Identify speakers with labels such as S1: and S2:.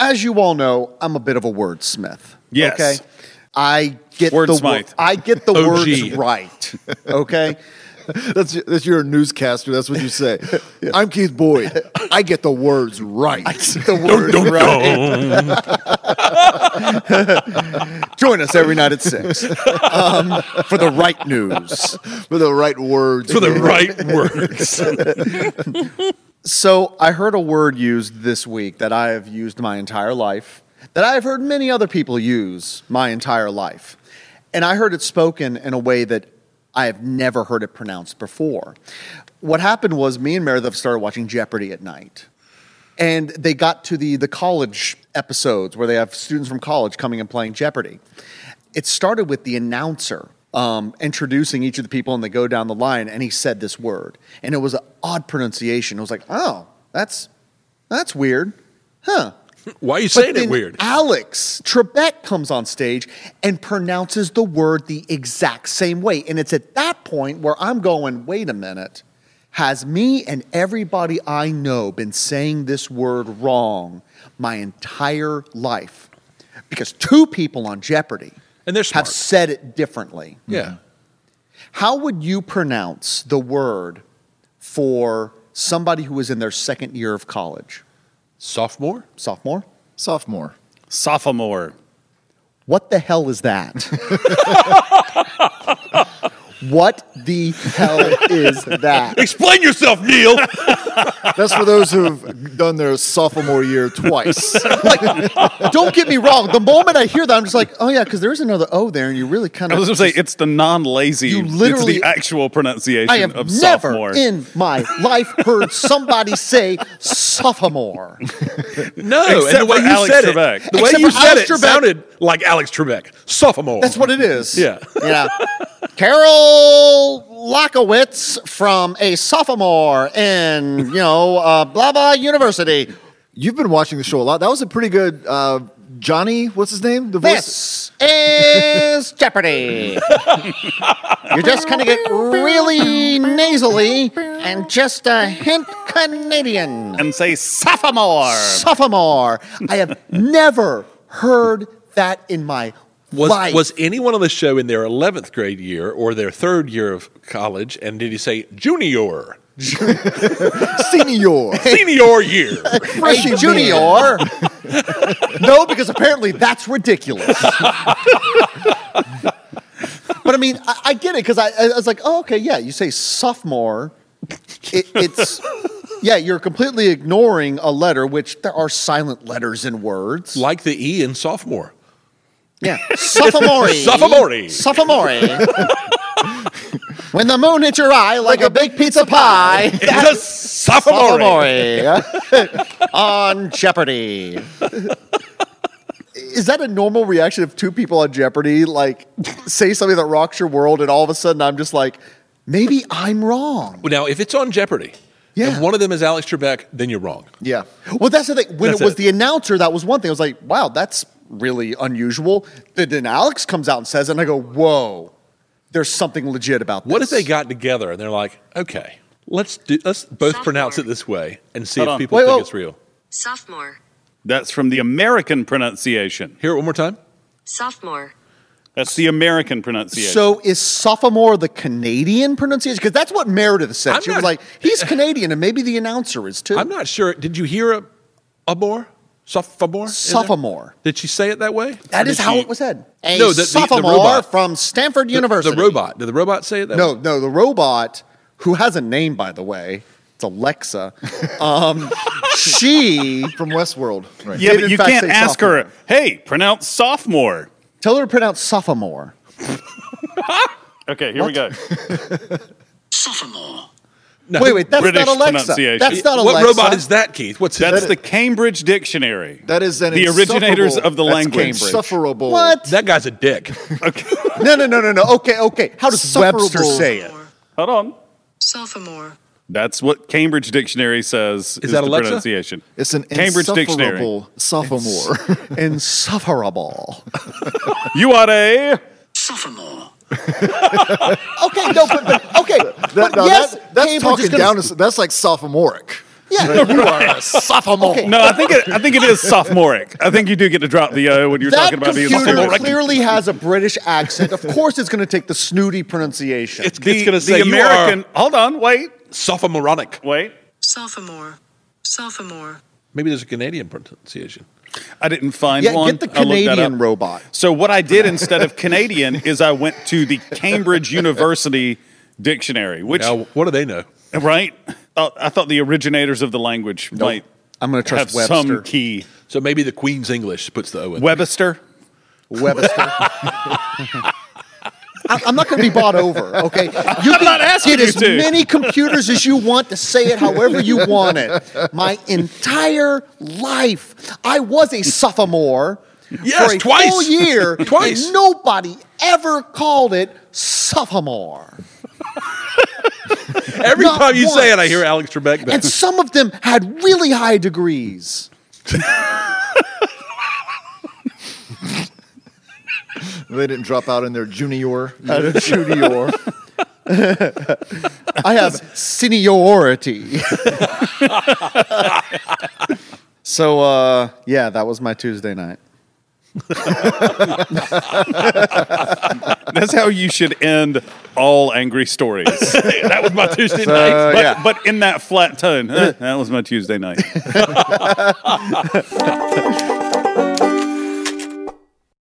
S1: as you all know, I'm a bit of a wordsmith.
S2: Yes.
S1: Okay. I get the wo-
S2: Wordsmith.
S1: I get the
S2: OG.
S1: words right. Okay.
S3: That's that's you're a newscaster. That's what you say. I'm Keith Boyd. I get the words right.
S1: the words right. Join us every night at six um, for the right news.
S3: for the right words.
S2: For the right words.
S1: So I heard a word used this week that I have used my entire life, that I have heard many other people use my entire life. And I heard it spoken in a way that I have never heard it pronounced before. What happened was me and Meredith started watching Jeopardy at night. And they got to the the college episodes where they have students from college coming and playing Jeopardy. It started with the announcer um, introducing each of the people, and they go down the line, and he said this word, and it was an odd pronunciation. It was like, oh, that's that's weird, huh?
S2: Why are you
S1: But
S2: saying
S1: then
S2: it weird?
S1: Alex Trebek comes on stage and pronounces the word the exact same way. And it's at that point where I'm going, wait a minute. Has me and everybody I know been saying this word wrong my entire life? Because two people on Jeopardy
S2: And they're smart.
S1: have said it differently.
S2: yeah.
S1: How would you pronounce the word for somebody who is in their second year of college?
S2: Sophomore?
S1: Sophomore?
S3: Sophomore.
S4: Sophomore.
S1: What the hell is that? what the hell is that?
S2: Explain yourself, Neil.
S3: That's for those who've done their sophomore year twice.
S1: Don't get me wrong. The moment I hear that, I'm just like, oh yeah, because there is another O there, and you really kind
S4: I
S1: of.
S4: was going to say it's the non-lazy.
S1: You
S4: it's
S1: literally-
S4: the actual pronunciation
S1: I have
S4: of
S1: never
S4: sophomore.
S1: in my life heard somebody say sophomore.
S2: No,
S4: Except
S2: and the way
S4: for
S2: you
S4: Alex
S2: said
S4: Trebek.
S2: it, the way
S1: Except
S2: you
S1: for
S2: said
S1: Alex
S2: it
S1: Trebek.
S2: sounded like Alex Trebek, sophomore.
S1: That's what it is.
S2: Yeah.
S1: Yeah. Carol Lockowitz from a sophomore in, you know, uh, blah blah university.
S3: You've been watching the show a lot. That was a pretty good uh, Johnny. What's his name? The
S1: This is Jeopardy. You're just going to get really nasally and just a hint Canadian.
S4: and say sophomore.
S1: Sophomore. I have never heard that in my
S2: Was
S1: life.
S2: was anyone on the show in their eleventh grade year or their third year of college? And did he say junior,
S3: senior.
S2: senior year?
S1: a junior? no, because apparently that's ridiculous. but I mean, I, I get it because I, I was like, oh, okay, yeah, you say sophomore. It, it's, yeah, you're completely ignoring a letter, which there are silent letters in words.
S2: like the E in sophomore.
S1: Yeah. Sophomore.
S2: Sophomore.
S1: Sophomore. when the moon hits your eye like, a big pizza pie.
S2: It's a sophomore.
S1: Sophomore. on Jeopardy. Is that a normal reaction if two people on Jeopardy like say something that rocks your world and all of a sudden I'm just like, maybe I'm wrong.
S2: Now, if it's on Jeopardy,
S1: Yeah.
S2: and one of them is Alex Trebek, then you're wrong.
S3: Yeah.
S1: Well, that's the thing. When
S2: That's
S1: it was
S2: it.
S1: the announcer, that was one thing. I was like, wow, that's really unusual. Then, then Alex comes out and says it, and I go, whoa, there's something legit about this.
S2: What if they got together and they're like, okay, let's do, let's both
S5: Sophomore.
S2: pronounce it this way and see
S4: Hold
S2: if
S4: on.
S2: people
S1: Wait,
S2: think
S1: wait.
S2: it's real.
S5: Sophomore.
S4: That's from the American pronunciation.
S2: Hear it one more time.
S5: Sophomore.
S4: That's the American pronunciation.
S1: So is sophomore the Canadian pronunciation? Because that's what Meredith said.
S2: I'm
S1: she
S2: not-
S1: was like, he's Canadian, and maybe the announcer is too.
S2: I'm not sure. Did you hear a, a more sophomore? in there?
S1: Sophomore.
S2: Did she say it that way?
S1: That
S4: Or
S1: is
S4: did
S1: how
S4: she-
S1: it was said. A
S2: No, the- the- the
S1: sophomore
S2: robot.
S1: from Stanford
S2: The-
S1: University.
S2: The robot. Did the robot say it that
S1: No,
S2: way?
S1: no, the robot who has a name, by the way. It's Alexa. Um, she
S3: From Westworld. Right.
S4: yeah,
S1: did
S4: but
S1: in
S4: you
S1: fact
S4: can't
S1: say
S4: ask her, hey, pronounce sophomore.
S1: tell her to pronounce sophomore.
S4: Okay, here we go.
S5: Sophomore.
S2: No.
S1: Wait, wait, that's
S4: British
S1: not Alexa.
S4: pronunciation.
S1: That's not
S2: what
S1: Alexa.
S2: robot is that, Keith? What's
S4: That's
S2: that?
S4: the Cambridge Dictionary.
S3: That is an
S4: the originators
S3: insufferable-
S4: of the
S1: that's
S4: language.
S1: Cambridge.
S3: Sufferable.
S1: What?
S2: That guy's a dick.
S1: No, no, no, no, no. Okay, okay. How does Webster
S3: Sufferable.
S1: say it?
S4: Hold on.
S5: Sophomore.
S4: That's what Cambridge Dictionary says is,
S2: that
S4: the
S2: Alexa?
S4: pronunciation.
S3: It's an
S4: Cambridge Dictionary.
S3: insufferable sophomore.
S1: Insufferable.
S4: You are a
S5: Sophomore.
S1: Okay, no, but, but okay.
S3: That-
S1: but
S3: now
S1: yes,
S3: that- that's
S1: Cambridge is
S3: talking
S1: gonna-
S3: down. To, that's like sophomoric.
S1: Yeah.
S3: You are a sophomore.
S4: No, I think it, I think it is sophomoric. I think you do get to drop the O when you're
S1: That
S4: talking about being
S1: computer
S4: sophomoric.
S1: clearly has a British accent. Of course, it's going to take the snooty pronunciation.
S2: It's, it's going to say
S4: the
S1: E
S4: American.
S2: you are
S4: Hold on, wait,
S2: sophomoronic.
S4: wait.
S5: sophomore, sophomore,
S2: Maybe there's a Canadian pronunciation.
S4: I didn't find
S1: yeah,
S4: one.
S1: get the
S4: I looked that
S1: Canadian
S4: up.
S1: robot.
S4: So what I did instead of Canadian is I went to the Cambridge University dictionary, which
S2: Now, what do they know?
S4: right? Uh, I thought the originators of the language might
S1: I'm going to
S4: have
S1: trust Webster.
S4: some key.
S2: So maybe the Queen's English puts the O in.
S4: Webster.
S1: Webster. I, I'm not going to be bought over. Okay, you can
S4: not asking
S1: get
S4: you
S1: as
S4: to.
S1: many computers as you want to say it however you want it. My entire life, I was a sophomore
S2: Yes,
S1: for a
S2: twice.
S1: full year.
S2: Twice.
S1: and nobody ever called it sophomore.
S2: Every
S1: Not
S2: time you say it, I
S1: once.
S2: hear Alex Trebek. Back.
S1: And some of them had really high degrees.
S3: They didn't drop out in their junior.
S1: junior. I have seniority. so uh, yeah, that was my Tuesday night.
S4: That's how you should end all angry stories.
S2: that was my Tuesday night.
S4: but,
S1: Uh, yeah.
S4: but in that flat tone. "Huh, that was my Tuesday night.